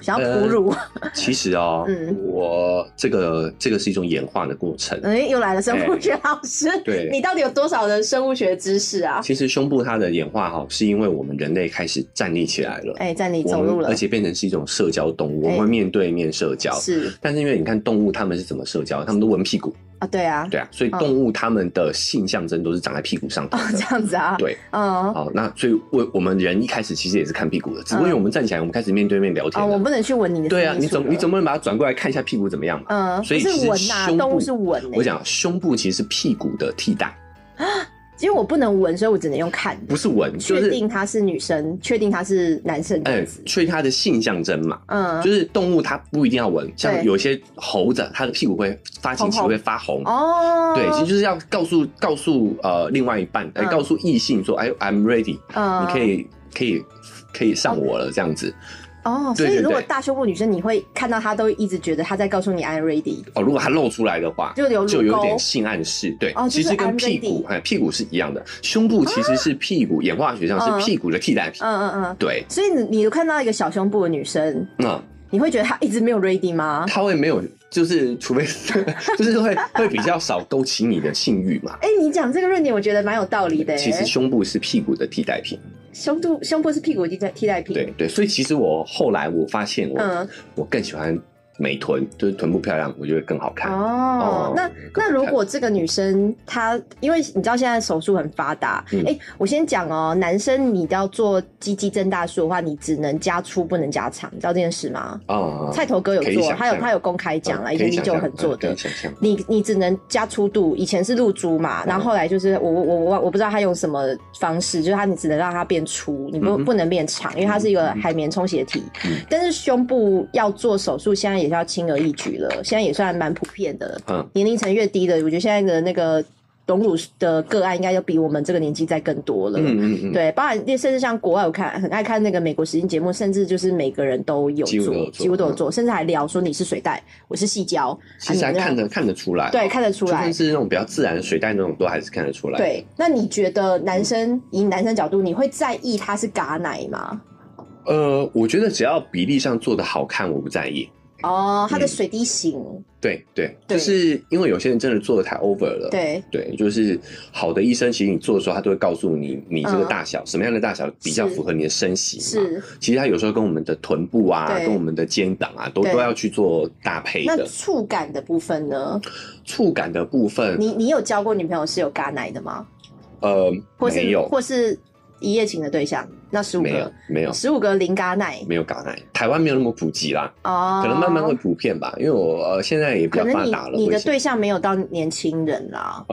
Speaker 2: 想要哺乳，
Speaker 1: 其实哦，
Speaker 2: 嗯
Speaker 1: 我这个这个是一种演化的过程。
Speaker 2: 哎、又来了生物学老师，
Speaker 1: 呃哎对
Speaker 2: 你到底有多少的生物学知识啊？
Speaker 1: 其实胸部它的演化哈，是因为我们人类开始站立起来了，
Speaker 2: 哎、在你
Speaker 1: 我
Speaker 2: 走
Speaker 1: 们
Speaker 2: 路了
Speaker 1: 而，且变成是一种社交动物，我
Speaker 2: 哎
Speaker 1: 们会面对面社交。
Speaker 2: 是
Speaker 1: 但是因为你看动物，它们是怎么社交？它们都闻屁股，
Speaker 2: 啊，对啊，
Speaker 1: 对啊，所以动物它们的性象征都是长在屁股上头
Speaker 2: 哦，
Speaker 1: 的。
Speaker 2: 这样子啊，
Speaker 1: 对，
Speaker 2: 嗯。
Speaker 1: 好，那所以我我们人一开始其实也是看屁股的，只不过因为我们站起来，我们开始面对面聊
Speaker 2: 啊、
Speaker 1: 天
Speaker 2: 我
Speaker 1: 了。
Speaker 2: 不能去闻你的私密处了。
Speaker 1: 对啊，你总你总不能把它转过来看一下屁股怎么样嘛？
Speaker 2: 嗯，
Speaker 1: 所以
Speaker 2: 不
Speaker 1: 其
Speaker 2: 是
Speaker 1: 实
Speaker 2: 闻呐、
Speaker 1: 胸
Speaker 2: 动物
Speaker 1: 部
Speaker 2: 是闻、欸。
Speaker 1: 我讲胸部其实是屁股的替代，
Speaker 2: 因为我不能闻，所以我只能用看的
Speaker 1: 不，是闻，就
Speaker 2: 确
Speaker 1: 是
Speaker 2: 定他是女生，确定他是男生这
Speaker 1: 哎
Speaker 2: 样子，。
Speaker 1: 所以它的性象征嘛。
Speaker 2: 嗯，
Speaker 1: 就是动物它不一定要闻，像
Speaker 2: 对
Speaker 1: 有些猴子，它的屁股会发情期
Speaker 2: 红红
Speaker 1: 会发红。
Speaker 2: 哦，
Speaker 1: 对，其实就是要告诉告诉呃另外一半，哎、
Speaker 2: 嗯
Speaker 1: 告诉异性说，哎，I'm ready，、
Speaker 2: 嗯
Speaker 1: 你可以可以可以上我了这样子。
Speaker 2: 哦，所
Speaker 1: 对
Speaker 2: 以
Speaker 1: 对
Speaker 2: 如果
Speaker 1: 对
Speaker 2: 大胸部女生，你会看到她都一直觉得她在告诉你 I'm ready，
Speaker 1: 哦，如果它露出来的话，
Speaker 2: 就有乳
Speaker 1: 就有
Speaker 2: 沟
Speaker 1: 点性暗示。对，
Speaker 2: 哦就
Speaker 1: 其
Speaker 2: 是
Speaker 1: 实跟
Speaker 2: I'm
Speaker 1: 屁股
Speaker 2: ready
Speaker 1: 哎屁股是一样的，胸部其实是屁股，演化学上
Speaker 2: 嗯
Speaker 1: 是屁股的替代品。
Speaker 2: 嗯嗯嗯。
Speaker 1: 对，
Speaker 2: 所以你你看到一个小胸部的女生，
Speaker 1: 那
Speaker 2: 你会觉得她一直没有 ready 吗？
Speaker 1: 它会没有，就是除非 就是会会比较少勾起你的性欲嘛。
Speaker 2: 哎、你讲这个论点，我觉得蛮有道理的、欸
Speaker 1: 其实胸部是屁股的替代品，
Speaker 2: 胸部胸部是屁股替代替代品，
Speaker 1: 对对，所以其实我后来我发现我、
Speaker 2: 嗯
Speaker 1: 我更喜欢美臀，就是臀部漂亮，我觉得更好看。
Speaker 2: 哦
Speaker 1: 哦，
Speaker 2: 那那如果这个女生她，因为你知道现在手术很发达，哎、
Speaker 1: 嗯
Speaker 2: 我先讲哦，男生你要做鸡鸡增大术的话，你只能加粗不能加长，你知道这件事吗？
Speaker 1: 啊，
Speaker 2: 哦菜头哥有
Speaker 1: 可以
Speaker 2: 做，
Speaker 1: 想
Speaker 2: 他有
Speaker 1: 象
Speaker 2: 他有公开讲了，以前
Speaker 1: 你
Speaker 2: 李九很做的
Speaker 1: 可以。想象。
Speaker 2: 你你只能加粗度，以前是露珠嘛，
Speaker 1: 嗯
Speaker 2: 然后后来就是我我我我不知道他用什么方式，就是他你只能让它变粗，你
Speaker 1: 嗯
Speaker 2: 不、
Speaker 1: 哼
Speaker 2: 不能变长，因为它是一个海绵充血体。
Speaker 1: 嗯
Speaker 2: 但是胸部要做手术，现在也是要轻而易举了，现在也算蛮普遍的。
Speaker 1: 嗯
Speaker 2: 年龄层越低的，我觉得现在的那个隆乳的个案，应该要比我们这个年纪再更多了。
Speaker 1: 嗯嗯嗯，，
Speaker 2: 对，包含甚至像国外，我看很爱看那个美国实境节目，甚至就是每个人都有做，
Speaker 1: 几乎都有做嗯
Speaker 2: 几乎都有做，甚至还聊说你是水袋，我是细胶，
Speaker 1: 其实还
Speaker 2: 啊你们
Speaker 1: 看得看得出来，
Speaker 2: 对，看得出
Speaker 1: 就
Speaker 2: 来
Speaker 1: 算。是那种比较自然的水袋那种，都还是看得出来。，
Speaker 2: 对，那你觉得男生以男生角度，你会在意他是嘎奶吗？
Speaker 1: 呃，我觉得只要比例上做的好看，我不在意。
Speaker 2: 哦，他的
Speaker 1: 嗯
Speaker 2: 水滴型，
Speaker 1: 对对，
Speaker 2: 对
Speaker 1: 就是因为有些人真的做的太 over 了。。
Speaker 2: 对，
Speaker 1: 对，就是好的医生，其实你做的时候，他都会告诉你，你这个大小、什么样的大小比较
Speaker 2: 嗯是
Speaker 1: 符合你的身形。。
Speaker 2: 是。
Speaker 1: 其实它有时候跟我们的臀部啊，
Speaker 2: 对
Speaker 1: 跟我们的肩膀啊，都
Speaker 2: 对
Speaker 1: 都要去做搭配
Speaker 2: 那
Speaker 1: 的。
Speaker 2: 触感的部分呢？
Speaker 1: 触感的部分，
Speaker 2: 你你有交过女朋友是有嘎奶的吗？
Speaker 1: 呃，
Speaker 2: 或
Speaker 1: 没
Speaker 2: 是
Speaker 1: 有，
Speaker 2: 或是一夜情的对象？那十五
Speaker 1: 没有
Speaker 2: 个，，
Speaker 1: 没有，
Speaker 2: 十五个零嘎奶
Speaker 1: 没有港奶，台湾没有那么普及啦，
Speaker 2: 哦，
Speaker 1: 可能慢慢会普遍吧，因为我呃现在也比较
Speaker 2: 可能
Speaker 1: 发
Speaker 2: 你
Speaker 1: 达了，
Speaker 2: 你
Speaker 1: 我
Speaker 2: 的
Speaker 1: 也是
Speaker 2: 对啊象没有到年轻人啦，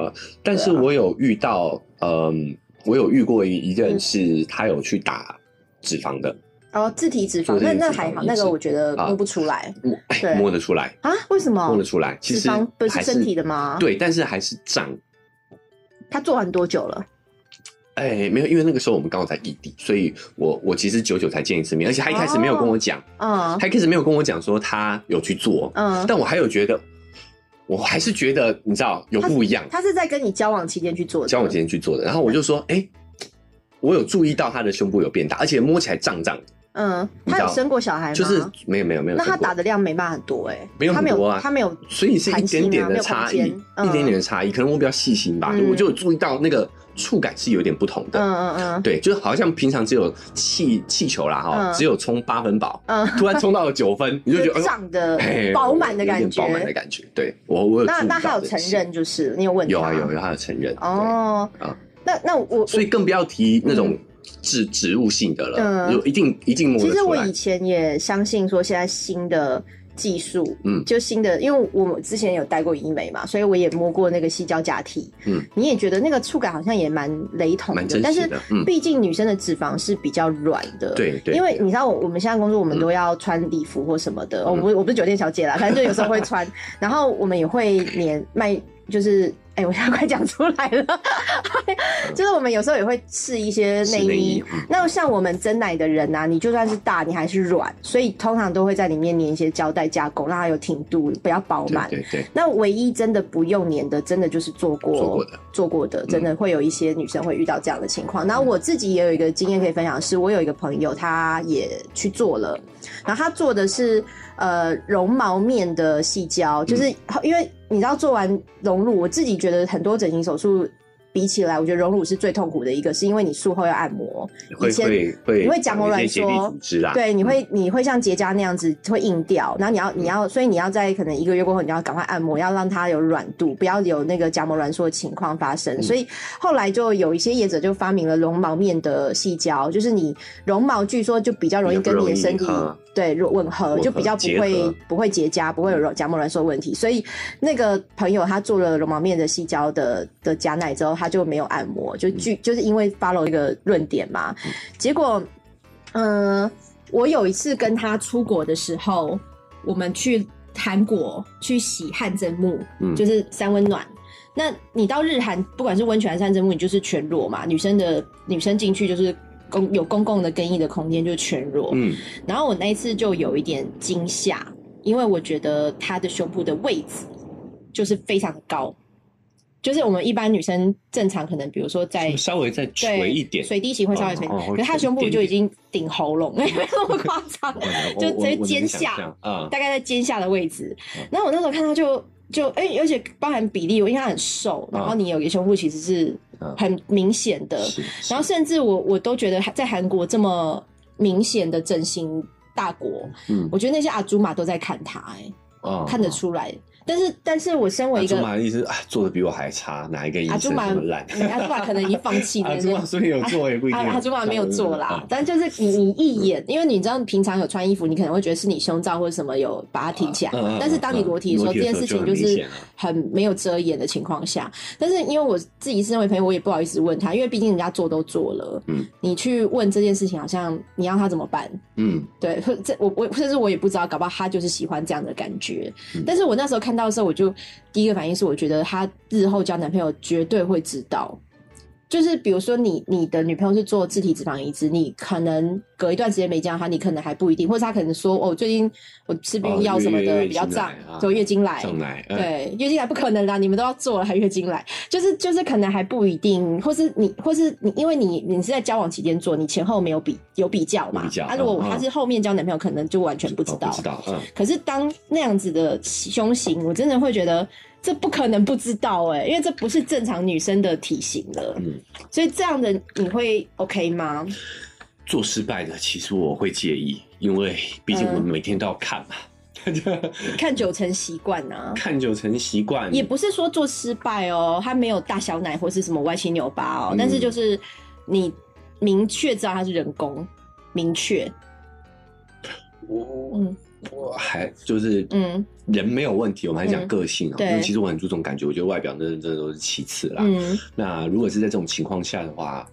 Speaker 1: 但是我有遇到，嗯，我有遇过一一个
Speaker 2: 嗯
Speaker 1: 人是他有去打脂肪的，
Speaker 2: 哦，自体脂肪
Speaker 1: 做这
Speaker 2: 那
Speaker 1: 件
Speaker 2: 那
Speaker 1: 事
Speaker 2: 还
Speaker 1: 情
Speaker 2: 好，
Speaker 1: 一
Speaker 2: 那
Speaker 1: 致
Speaker 2: 个我觉得
Speaker 1: 啊
Speaker 2: 摸不出来
Speaker 1: 摸哎
Speaker 2: 对
Speaker 1: 摸得出来，
Speaker 2: 啊？为什
Speaker 1: 摸
Speaker 2: 么
Speaker 1: 得？出来，其
Speaker 2: 脂
Speaker 1: 实
Speaker 2: 肪不是
Speaker 1: 还
Speaker 2: 身体的吗？，
Speaker 1: 对，但是还是胀。
Speaker 2: 他做完多久了？
Speaker 1: 哎，没有，因为那个时候我们刚好在异地，所以我我其实久久才见一次面，而且他一开始没有跟我讲，
Speaker 2: 嗯
Speaker 1: 他一开始没有跟我讲说他有去做，
Speaker 2: 嗯，
Speaker 1: 但我还有觉得，我还是觉得你知道有不一样，
Speaker 2: 他是在跟你交往期间去做的。
Speaker 1: 像我今天去做的，然后我就说，
Speaker 2: 嗯
Speaker 1: 哎、我有注意到他的胸部有变大，而且摸起来胀胀，的，
Speaker 2: 嗯，
Speaker 1: 你
Speaker 2: 他
Speaker 1: 知
Speaker 2: 有
Speaker 1: 道
Speaker 2: 生过小孩吗？
Speaker 1: 就是没有没有没有
Speaker 2: 那
Speaker 1: 生过，
Speaker 2: 他打的量没办法很多哎，
Speaker 1: 没有
Speaker 2: 他没
Speaker 1: 很多
Speaker 2: 有
Speaker 1: 啊
Speaker 2: 他没有，
Speaker 1: 所以是一点点的差
Speaker 2: 弹
Speaker 1: 异
Speaker 2: 性，啊没有
Speaker 1: 一
Speaker 2: 空间
Speaker 1: 点点的差异，可能我比较细心吧，
Speaker 2: 嗯
Speaker 1: 我就有注意到那个触感是有点不同的。
Speaker 2: 嗯嗯
Speaker 1: 对，就是好像平常只有气气球啦哈，
Speaker 2: 嗯
Speaker 1: 只有冲八分饱，
Speaker 2: 嗯
Speaker 1: 突然冲到了九分，你就觉得
Speaker 2: 嗯，
Speaker 1: 哎呦
Speaker 2: 胀的
Speaker 1: 嘿
Speaker 2: 饱满的
Speaker 1: 有
Speaker 2: 感
Speaker 1: 点
Speaker 2: 觉
Speaker 1: 饱。满的感觉。对我我有
Speaker 2: 那
Speaker 1: 注意
Speaker 2: 那他
Speaker 1: 到
Speaker 2: 有
Speaker 1: 这
Speaker 2: 承
Speaker 1: 件事
Speaker 2: 认就是你有问他
Speaker 1: 有啊有有他有承认对
Speaker 2: 哦
Speaker 1: 啊，
Speaker 2: 那那我
Speaker 1: 所以更不要提那种植植入性的了，
Speaker 2: 嗯
Speaker 1: 就一定一定摸
Speaker 2: 其
Speaker 1: 得
Speaker 2: 实
Speaker 1: 出
Speaker 2: 我
Speaker 1: 来
Speaker 2: 以。前也相信说，现在新的技术，
Speaker 1: 嗯
Speaker 2: 就新的，因为我之前有待过医美嘛，所以我也摸过那个细胶假体，
Speaker 1: 嗯，
Speaker 2: 你也觉得那个触感好像也蛮雷同
Speaker 1: 蛮
Speaker 2: 的，
Speaker 1: 真
Speaker 2: 但
Speaker 1: 实
Speaker 2: 是
Speaker 1: 的嗯
Speaker 2: 毕竟女生的脂肪是比较软的，。
Speaker 1: 对对，嗯
Speaker 2: 因为你知道我我们现在工作，我们都要穿礼服或什么的。我不我不是酒店小姐啦，反正就有时候会 穿。然后我们也会连卖，就是哎、我现在快讲出来了，就是我们有时候也会试一些
Speaker 1: 是
Speaker 2: 内
Speaker 1: 嗯内
Speaker 2: 衣
Speaker 1: 衣，嗯
Speaker 2: 那像我们蒸奶的人啊，你就算是大，你还是软，所以通常都会在里面粘一些胶带加工，让它有挺度，比较饱满。
Speaker 1: 对对对，
Speaker 2: 那唯一真的不用粘的，真的就是做过
Speaker 1: 做过的，嗯
Speaker 2: 做过的，真的会有一些女生会遇到这样的情况。然后我自己也有一个经验可以分享，是我有一个朋友，她也去做了，然后她做的是呃绒毛面的细胶，就是、
Speaker 1: 嗯
Speaker 2: 因为你知道做完隆乳，我自己觉得很多整形手术。比起来，我觉得隆乳是最痛苦的一个，是因为你术后要按摩，
Speaker 1: 会
Speaker 2: 以前
Speaker 1: 会会，
Speaker 2: 你会讲我软
Speaker 1: 结缔
Speaker 2: 说
Speaker 1: 组织啦，嗯
Speaker 2: 对，你会你会像结痂那样子会硬掉，然后你要你要，所以你要在可能一个月过后，你要赶快按摩，要让它有软度，不要有那个夹膜挛缩的情况发
Speaker 1: 嗯
Speaker 2: 生。所以后来就有一些业者就发明了绒毛面的细胶，就是你绒毛据说就比较容易
Speaker 1: 比较
Speaker 2: 跟
Speaker 1: 不容
Speaker 2: 你的
Speaker 1: 易
Speaker 2: 身体
Speaker 1: 啊
Speaker 2: 对如吻合，
Speaker 3: 吻合
Speaker 2: 就比较不
Speaker 3: 结
Speaker 2: 会
Speaker 3: 合
Speaker 2: 不会结痂，不会
Speaker 1: 嗯
Speaker 2: 有软夹膜挛缩问题。所以那个朋友他做了绒毛面的细胶的的夹奶之后，他就没有按摩，
Speaker 1: 嗯
Speaker 2: 就据、就是因为 follow 这个论点嘛，结果，呃，我有一次跟他出国的时候，我们去韩国去洗汗蒸木，
Speaker 3: 嗯
Speaker 2: 就是三温暖。那你到日韩，不管是温泉还是汗蒸木，你就是全裸嘛。女生的女生进去就是公有公共的更衣的空间，就是全裸。
Speaker 3: 嗯
Speaker 2: 然后我那一次就有一点惊吓，因为我觉得她的胸部的位置就是非常的高，就是我们一般女生正常可能比如说在
Speaker 1: 稍微再
Speaker 2: 对
Speaker 1: 垂一点，
Speaker 2: 水滴型会稍微垂，
Speaker 3: 哦哦
Speaker 2: 可是她的
Speaker 3: 垂
Speaker 2: 胸部
Speaker 3: 一点
Speaker 2: 就已
Speaker 3: 点
Speaker 2: 经顶喉咙，没 有那么夸张，就直接肩下，
Speaker 1: 啊，
Speaker 2: 大概在肩下的位置
Speaker 1: 嗯。
Speaker 2: 然后我那时候看他就就，哎、而且包含比例，因为他很瘦，
Speaker 3: 嗯
Speaker 2: 然后你有一个胸部其实是
Speaker 3: 嗯
Speaker 2: 很明显
Speaker 1: 嗯
Speaker 2: 的。
Speaker 3: 是是
Speaker 2: 然后甚至我我都觉得在韩国这么明显的整形大国，
Speaker 3: 嗯
Speaker 2: 我觉得那些阿祖玛都在看他、哎、
Speaker 3: 哦
Speaker 2: 看得出来。但是但是我身为
Speaker 1: 阿
Speaker 2: 一
Speaker 1: 朱
Speaker 2: 个
Speaker 1: 玛的意思啊，做的比我还差，哪一个医
Speaker 2: 阿
Speaker 1: 生
Speaker 2: 祖
Speaker 1: 这
Speaker 2: 玛，
Speaker 1: 么烂？
Speaker 2: 嗯阿祖玛可能已经放弃
Speaker 1: 阿
Speaker 2: 了。
Speaker 1: 朱玛所以有做也不一定
Speaker 2: 啊，
Speaker 1: 有，
Speaker 2: 他主管没有做啦
Speaker 1: 啊，
Speaker 2: 但就是你你一眼，因为你知道平常有穿衣服，你可能会觉得是你胸罩或者什么有把它挺起来
Speaker 1: 嗯嗯嗯，
Speaker 2: 但是当你裸体的时候，
Speaker 1: 裸体
Speaker 2: 这
Speaker 1: 的
Speaker 2: 件
Speaker 1: 时候
Speaker 2: 事情
Speaker 1: 就
Speaker 2: 就
Speaker 1: 很明
Speaker 2: 是
Speaker 1: 显啊
Speaker 2: 很没有遮掩的情况下，但是因为我自己身为朋友，我也不好意思问他，因为毕竟人家做都做了，
Speaker 3: 嗯
Speaker 2: 你去问这件事情，好像你让他怎么办？
Speaker 3: 嗯
Speaker 2: 对，或这我我甚至我也不知道，搞不好他就是喜欢这样的感觉。
Speaker 3: 嗯
Speaker 2: 但是我那时候看到的时候，我就第一个反应是，我觉得他日后交男朋友绝对会知道。就是比如说你你的女朋友是做自体脂肪移植，你可能隔一段时间没见到她，你可能还不一定，或者她可能说哦，最近我吃避孕
Speaker 1: 哦
Speaker 2: 药什么
Speaker 1: 月
Speaker 2: 的
Speaker 1: 月
Speaker 2: 比较
Speaker 1: 经
Speaker 2: 胀
Speaker 1: 来啊，
Speaker 2: 所以月经来，
Speaker 1: 上来，嗯
Speaker 2: 对，月经来不可能啦，你们都要做了还月经来，就是就是可能还不一定，或是你或是你，因为你你是在交往期间做，你前后没有比有比较嘛，
Speaker 1: 有比较
Speaker 2: 啊，如果
Speaker 1: 嗯嗯
Speaker 2: 他是后面交男朋友，可能就完全不知
Speaker 1: 哦
Speaker 2: 道。
Speaker 1: 不知道，嗯，
Speaker 2: 可是当那样子的胸型，我真的会觉得这不可能不知道哎、因为这不是正常女生的体型了。
Speaker 1: 嗯
Speaker 2: 所以这样的你会 OK 吗？
Speaker 1: 做失败的其实我会介意，因为毕竟我们
Speaker 2: 嗯
Speaker 1: 每天都要看嘛，
Speaker 2: 看九成习惯啊。
Speaker 1: 看久成习惯，
Speaker 2: 也不是说做失败哦，他没有大小奶或是什么歪七扭八哦，
Speaker 1: 嗯
Speaker 2: 但是就是你明确知道它是人工，明确，
Speaker 1: 我
Speaker 2: 嗯
Speaker 1: 我还就是
Speaker 2: 嗯
Speaker 1: 人没有问题，我们还讲
Speaker 2: 嗯
Speaker 1: 个性啊、
Speaker 2: 对
Speaker 1: 因为其实我很注重感觉，我觉得外表真的真的都是其次啦。
Speaker 2: 嗯
Speaker 1: 那如果是在这种情况下的话，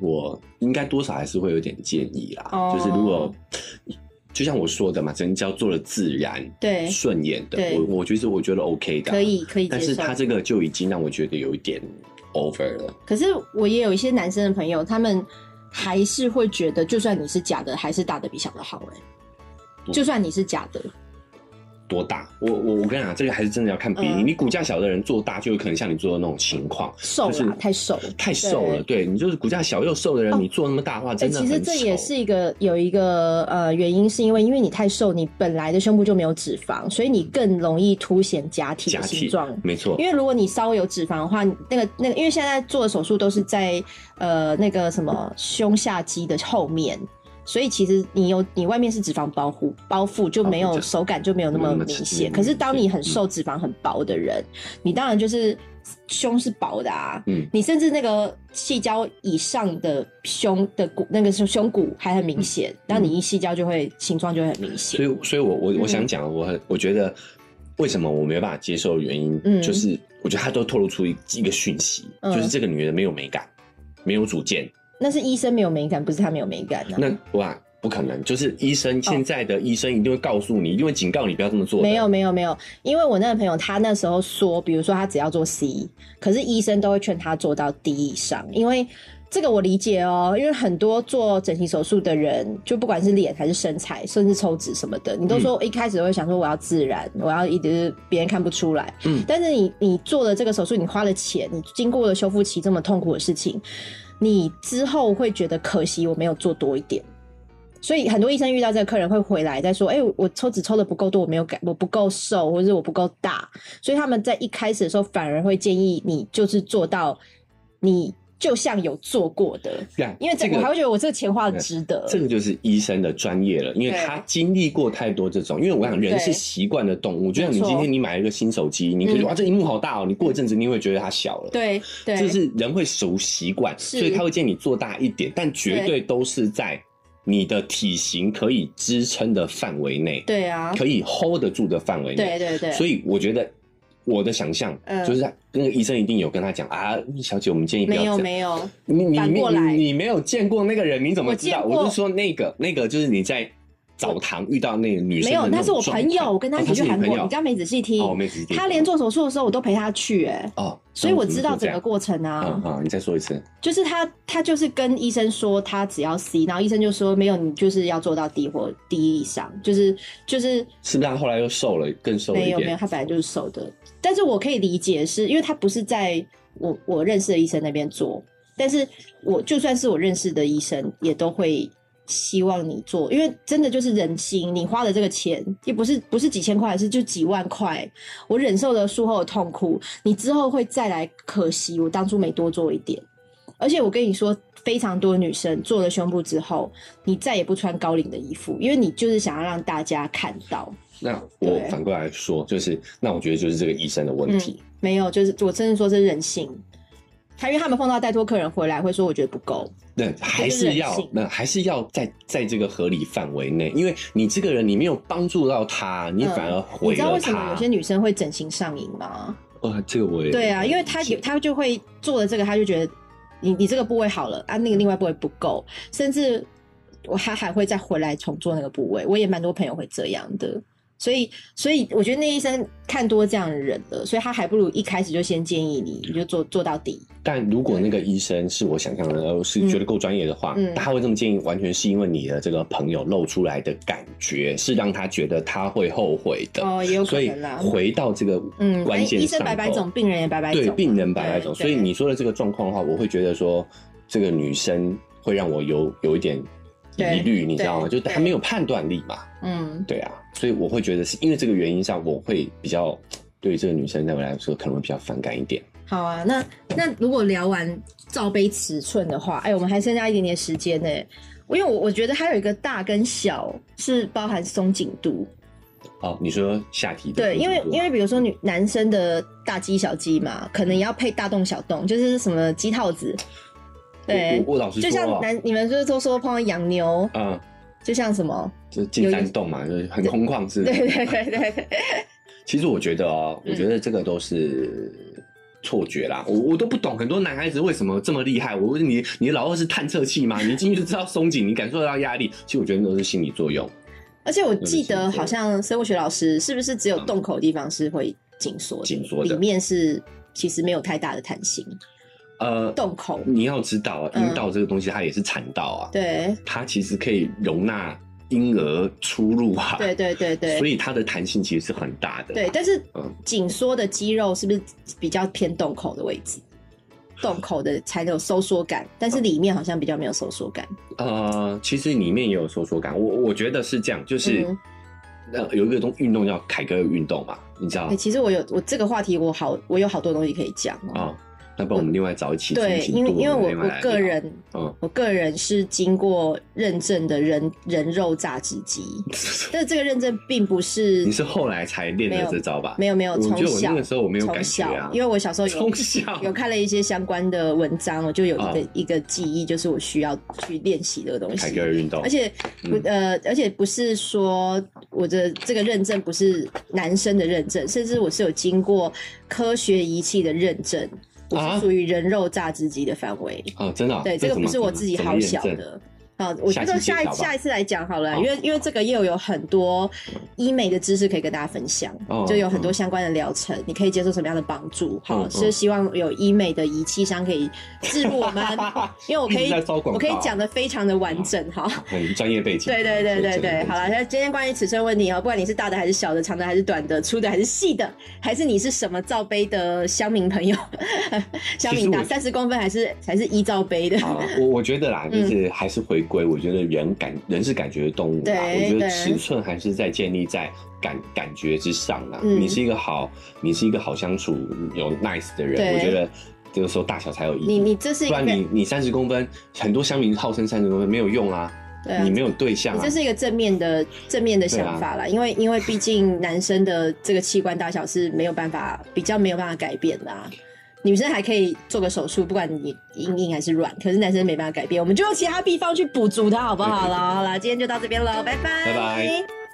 Speaker 1: 我应该多少还是会有点建议啦。
Speaker 2: 哦
Speaker 1: 就是如果就像我说的嘛，只要做了自然、
Speaker 2: 对，
Speaker 1: 顺眼的，
Speaker 2: 对
Speaker 1: 我我觉得我觉得 OK 的，
Speaker 2: 可。以可以
Speaker 1: 啊但
Speaker 2: 接
Speaker 1: 是
Speaker 2: 受。
Speaker 1: 他这个就已经让我觉得有一点 over 了。
Speaker 2: 可是我也有一些男生的朋友，他们还是会觉得，就算你是假的，还是大的比小的好哎、
Speaker 1: 嗯
Speaker 2: 就算你是假的，
Speaker 1: 多大？我我我跟你讲，这个还是真的要看比例。
Speaker 2: 嗯
Speaker 1: 你骨架小的人做大，就有可能像你做的那种情况，
Speaker 2: 瘦啦，
Speaker 1: 就是
Speaker 2: 太瘦了，
Speaker 1: 太瘦了。对你就是骨架小又瘦的人，你做那么大的话，
Speaker 2: 哎、
Speaker 1: 真的
Speaker 2: 其
Speaker 1: 很
Speaker 2: 实这也
Speaker 1: 丑
Speaker 2: 是一个有一个呃原因，是因为因为你太瘦，你本来的胸部就没有脂肪，所以你更容易凸显假体
Speaker 1: 假
Speaker 2: 的
Speaker 1: 体
Speaker 2: 形状。
Speaker 1: 没错
Speaker 2: 因。为如果你稍微有脂肪的话，你那个那个，因为现在做的手术都是在呃那个什么胸下肌的后面，所以其实你有你外面是脂肪包覆包覆，就没
Speaker 1: 包覆
Speaker 2: 有
Speaker 1: 着
Speaker 2: 手感就没有那
Speaker 1: 没有
Speaker 2: 么
Speaker 1: 那么
Speaker 2: 明
Speaker 1: 明
Speaker 2: 显。
Speaker 1: 显
Speaker 2: 可是当你很
Speaker 1: 嗯
Speaker 2: 瘦、脂肪很薄的人，你当然就是胸是薄的啊，
Speaker 1: 嗯
Speaker 2: 你甚至那个细胶以上的胸的骨，那个胸胸骨还很明显，那、你一细胶就会形状就会很明显
Speaker 1: 嗯所。以，所以我我我
Speaker 2: 嗯
Speaker 1: 想讲，我很我觉得为什么我没办法接受的原因，
Speaker 2: 嗯
Speaker 1: 就是我觉得他都透露出一一个讯息，
Speaker 2: 嗯
Speaker 1: 就是这个女人没有美感，没有主见。
Speaker 2: 那是医生没有美感，不是他没有美感啊。
Speaker 1: 那哇，不可能！就是医生现在的医生一定会告诉你，一定会警告你不要这么做。
Speaker 2: 哦没有，没有没有，因为我那个朋友他那时候说，比如说他只要做 C，可是医生都会劝他做到 D 以上，因为这个我理解哦，因为很多做整形手术的人，就不管是脸还是身材，甚至抽脂什么的，你都说一开始会想说我要自然，我要一直别人看不出来，
Speaker 1: 嗯
Speaker 2: 但是你你做了这个手术，你花了钱，你经过了修复期这么痛苦的事情，你之后会觉得可惜，我没有做多一点。所以很多医生遇到这个客人会回来再说，哎、我我抽脂抽的不够多，我没有改，我不够瘦，或者是我不够大，所以他们在一开始的时候反而会建议你就是做到你就像有做过的，
Speaker 1: 干
Speaker 2: 因为这
Speaker 1: 啊个
Speaker 2: 我还会觉得我这个钱花的值得。
Speaker 1: 这个就是医生的专业了，因为
Speaker 2: 对
Speaker 1: 他经历过太多这种。因为我想，人
Speaker 2: 对
Speaker 1: 是习惯的动物，就像你
Speaker 2: 没错
Speaker 1: 今天你买了一个新手机，你可以
Speaker 2: 嗯
Speaker 1: 说哇，这荧幕好大哦，你过一阵子你会觉得它小了。。
Speaker 2: 对对，
Speaker 1: 就是人会熟习惯，
Speaker 2: 是
Speaker 1: 所以他会建议你做大一点，但绝对都是在你的体型可以支撑的范围内，
Speaker 2: 对啊，
Speaker 1: 可以 hold 得住的范围内。
Speaker 2: 对对对，
Speaker 1: 所以我觉得我的想象
Speaker 2: 嗯
Speaker 1: 就是他那个医生一定有跟他讲啊，小姐，我们建议不
Speaker 2: 没
Speaker 1: 要
Speaker 2: 有
Speaker 1: 这样。
Speaker 2: 没有，
Speaker 1: 你你
Speaker 2: 反
Speaker 1: 你
Speaker 2: 过来
Speaker 1: 你你没有见过那个人，你怎么知道？
Speaker 2: 我见过
Speaker 1: 我是说那个那个就是你在澡堂遇到那个女生
Speaker 2: 没
Speaker 1: 的
Speaker 2: 有，
Speaker 1: 那
Speaker 2: 那是我
Speaker 1: 种状
Speaker 2: 朋友，
Speaker 1: 况
Speaker 2: 我跟他一起去
Speaker 1: 哦
Speaker 2: 韩
Speaker 1: 是你
Speaker 2: 国，
Speaker 1: 朋友
Speaker 2: 你刚没仔细听
Speaker 1: 哦，我没仔细听
Speaker 2: 他连做手术的时候我都陪他去，哎，
Speaker 1: 哦，
Speaker 2: 所以我知道整个
Speaker 1: 过
Speaker 2: 过程啊。
Speaker 1: 啊啊，你再说一次
Speaker 2: 就是他，他就是跟医生说他只要 C，然后医生就说没有，你就是要做到 D 或 D 以上，就是就是
Speaker 1: 是不是？他后来又瘦了，更瘦了
Speaker 2: 没
Speaker 1: 一
Speaker 2: 有没有，
Speaker 1: 点。
Speaker 2: 他本来就是瘦的。但是我可以理解是，因为他不是在我我认识的医生那边做，但是我就算是我认识的医生，也都会希望你做，因为真的就是人心，你花的这个钱也不是不是几千块，是就几万块，我忍受了术后的痛苦，你之后会再来可惜我当初没多做一点。而且我跟你说，非常多女生做了胸部之后，你再也不穿高领的衣服，因为你就是想要让大家看到。
Speaker 1: 那我
Speaker 2: 对
Speaker 1: 反过来说，就是那我觉得就是这个医生的问题。
Speaker 2: 没有，就是我真的说这是人性。他因为他们碰到带托客人回来，会说我觉得不够。
Speaker 1: 对，还
Speaker 2: 就是
Speaker 1: 是
Speaker 2: 人
Speaker 1: 要
Speaker 2: 性
Speaker 1: 那还是要在在这个合理范围内，因为你这个人你没有帮助到他，你
Speaker 2: 嗯
Speaker 1: 反而
Speaker 2: 你
Speaker 1: 毁
Speaker 2: 知道
Speaker 1: 了
Speaker 2: 为什么
Speaker 1: 他
Speaker 2: 有。些女生会整形上瘾吗？
Speaker 1: 哇，这个我也
Speaker 2: 对啊，因为她有她就会做了这个，她就觉得你你这个部位好了啊，那个另外部位不够，甚至我还还会再回来重做那个部位。我也蛮多朋友会这样的，所以所以我觉得那医生看多这样的人了，所以他还不如一开始就先建议你，你就做做到底。
Speaker 1: 但如果那个医生是我想象的，呃是觉得够专业的话，
Speaker 2: 嗯嗯
Speaker 1: 他会这么建议，完全是因为你的这个朋友露出来的感觉是让他觉得他会后悔的，
Speaker 2: 哦，也有可
Speaker 1: 所以
Speaker 2: 能啦。
Speaker 1: 回到这个
Speaker 2: 嗯，
Speaker 1: 关键上头、
Speaker 2: 医生百百种，病人也百百种
Speaker 1: 对
Speaker 2: 嘛，
Speaker 1: 病人百百种，
Speaker 2: 对
Speaker 1: 所以你说的这个状况的话，我会觉得说这个女生会让我有有一点疑虑，
Speaker 2: 对
Speaker 1: 你知道吗？
Speaker 2: 对
Speaker 1: 就她没有判断力嘛，
Speaker 2: 嗯，
Speaker 1: 对啊，所以我会觉得是因为这个原因上，我会比较对于这个女生在我来说可能会比较反感一点。
Speaker 2: 好啊，那那如果聊完罩杯尺寸的话，哎、我们还剩下一点点时间呢、因为我我觉得还有一个大跟小是包含松紧度，
Speaker 1: 哦，你说下体的
Speaker 2: 对，因为
Speaker 1: 部分
Speaker 2: 因为比如说女男生的大鸡小鸡嘛，可能也要配大洞小洞，就是什么鸡套子，对
Speaker 1: 我，我我老实说
Speaker 2: 就像
Speaker 1: 啊，
Speaker 2: 男你们就是都说碰到洋牛，
Speaker 1: 嗯，
Speaker 2: 就像什么，
Speaker 1: 就进山洞嘛，就是很空旷，是不
Speaker 2: 对
Speaker 1: 是？
Speaker 2: 对对对对，
Speaker 1: 其实我觉得哦，
Speaker 2: 嗯
Speaker 1: 我觉得这个都是错觉啦。我我都不懂，很多男孩子为什么这么厉害？我问你，你老二是探测器 吗？你进去就知道松紧，你感受得到压力。其实我觉得那都是心理作用。
Speaker 2: 而且我记得好像生物学老师是不是只有洞口的地方是会紧缩的，
Speaker 1: 紧缩的
Speaker 2: 里面是其实没有太大的弹性，
Speaker 1: 呃，
Speaker 2: 洞口
Speaker 1: 你要知道啊，
Speaker 2: 嗯
Speaker 1: 阴道这个东西它也是产道啊，
Speaker 2: 对
Speaker 1: 它其实可以容纳婴儿出入啊，
Speaker 2: 对对对对，
Speaker 1: 所以它的弹性其实是很大的。
Speaker 2: 对，，但是
Speaker 1: 嗯
Speaker 2: 紧缩的肌肉是不是比较偏洞口的位置？洞口的才有收缩感，但
Speaker 1: 啊
Speaker 2: 是里面好像比较没有收缩感。
Speaker 1: 呃，其实里面也有收缩感，我我觉得是这样，就是
Speaker 2: 嗯
Speaker 1: 那、有一个东运动叫凯格尔运动嘛，你知道啊、
Speaker 2: 哎、其实我有我这个话题，我好我有好多东西可以讲
Speaker 1: 啊
Speaker 2: 哦、
Speaker 1: 那不然我们另外找一期
Speaker 2: 对，因为因为我我
Speaker 1: 重新录
Speaker 2: 个，
Speaker 1: 们另外来聊
Speaker 2: 人
Speaker 1: 嗯，
Speaker 2: 我个人是经过认证的人人肉榨汁 机，但这个认证并不是
Speaker 1: 你是后来才练
Speaker 2: 没
Speaker 1: 的
Speaker 2: 有
Speaker 1: 这招吧？
Speaker 2: 没有没有
Speaker 1: 我
Speaker 2: 从
Speaker 1: 觉得我
Speaker 2: 小
Speaker 1: 那个时候我没有
Speaker 2: 从
Speaker 1: 感觉
Speaker 2: 小，
Speaker 1: 啊，
Speaker 2: 因为我小时候有
Speaker 1: 从小
Speaker 2: 有看了一些相关的文章，我就有一个、
Speaker 1: 啊
Speaker 2: 一个记忆，就是我需要去练习这个东
Speaker 1: 凯
Speaker 2: 西
Speaker 1: 格。尔运动，
Speaker 2: 而且不、呃，而且不是说我的这个认证不是男生的认证，甚至我是有经过科学仪器的认证，我
Speaker 1: 啊
Speaker 2: 是属于人肉榨汁机的范围。
Speaker 1: 啊，真的啊、
Speaker 2: 对，这个不是我自己好小的。好，我觉得
Speaker 1: 下期介绍
Speaker 2: 下一
Speaker 1: 吧
Speaker 2: 下一次来讲好了，
Speaker 1: 好
Speaker 2: 因为因为这个又有很多医美的知识可以跟大家分享，
Speaker 1: 哦
Speaker 2: 就有很多相关的疗程，你可以接受什么样的帮助？
Speaker 1: 嗯
Speaker 2: 好，
Speaker 1: 嗯
Speaker 2: 是希望有医美的仪器商可以置入我们， 因为我可
Speaker 1: 一
Speaker 2: 以
Speaker 1: 直在招广告啊哦
Speaker 2: 我可以讲的非常的完整 哈。
Speaker 1: 很专业背景。
Speaker 2: 对对对对
Speaker 1: 专业背
Speaker 2: 对，
Speaker 1: 景
Speaker 2: 好了，那今天关于尺寸问题哦，不管你是大的还是小的，长的还是短的，粗的还是细的，还是你是什么罩杯的乡民朋友， 乡民大
Speaker 1: 其实
Speaker 2: 三十公分还是还是一罩杯的？
Speaker 1: 啊，我我觉得啦，
Speaker 2: 嗯
Speaker 1: 就是还是回归，我觉得人感人是感觉的动物啦，
Speaker 2: 对
Speaker 1: 我觉
Speaker 2: 对
Speaker 1: 得尺寸还是在建立在感感觉之上啦。
Speaker 2: 嗯
Speaker 1: 你是一个好，你是一个好相处有 nice 的
Speaker 2: 对
Speaker 1: 人，我觉得这个时候大小才有意
Speaker 2: 你
Speaker 1: 义。
Speaker 2: 你这是一
Speaker 1: 嗯不
Speaker 2: 个
Speaker 1: 然你你三十公分，很多乡民号称三十公分没有用啊，
Speaker 2: 对啊
Speaker 1: 你没有对象
Speaker 2: 你
Speaker 1: 啊
Speaker 2: 这。是一个正面的正面的想法啦，因为因为毕竟男生的这个器官大小是没有办法比较没有办法改变的啊。女生还可以做个手术，不管你硬硬还是软，可是男生没办法改变，我们就用其他地方去补足它，好不好啦？好啦，今天就到这边了，拜拜，
Speaker 4: 拜拜。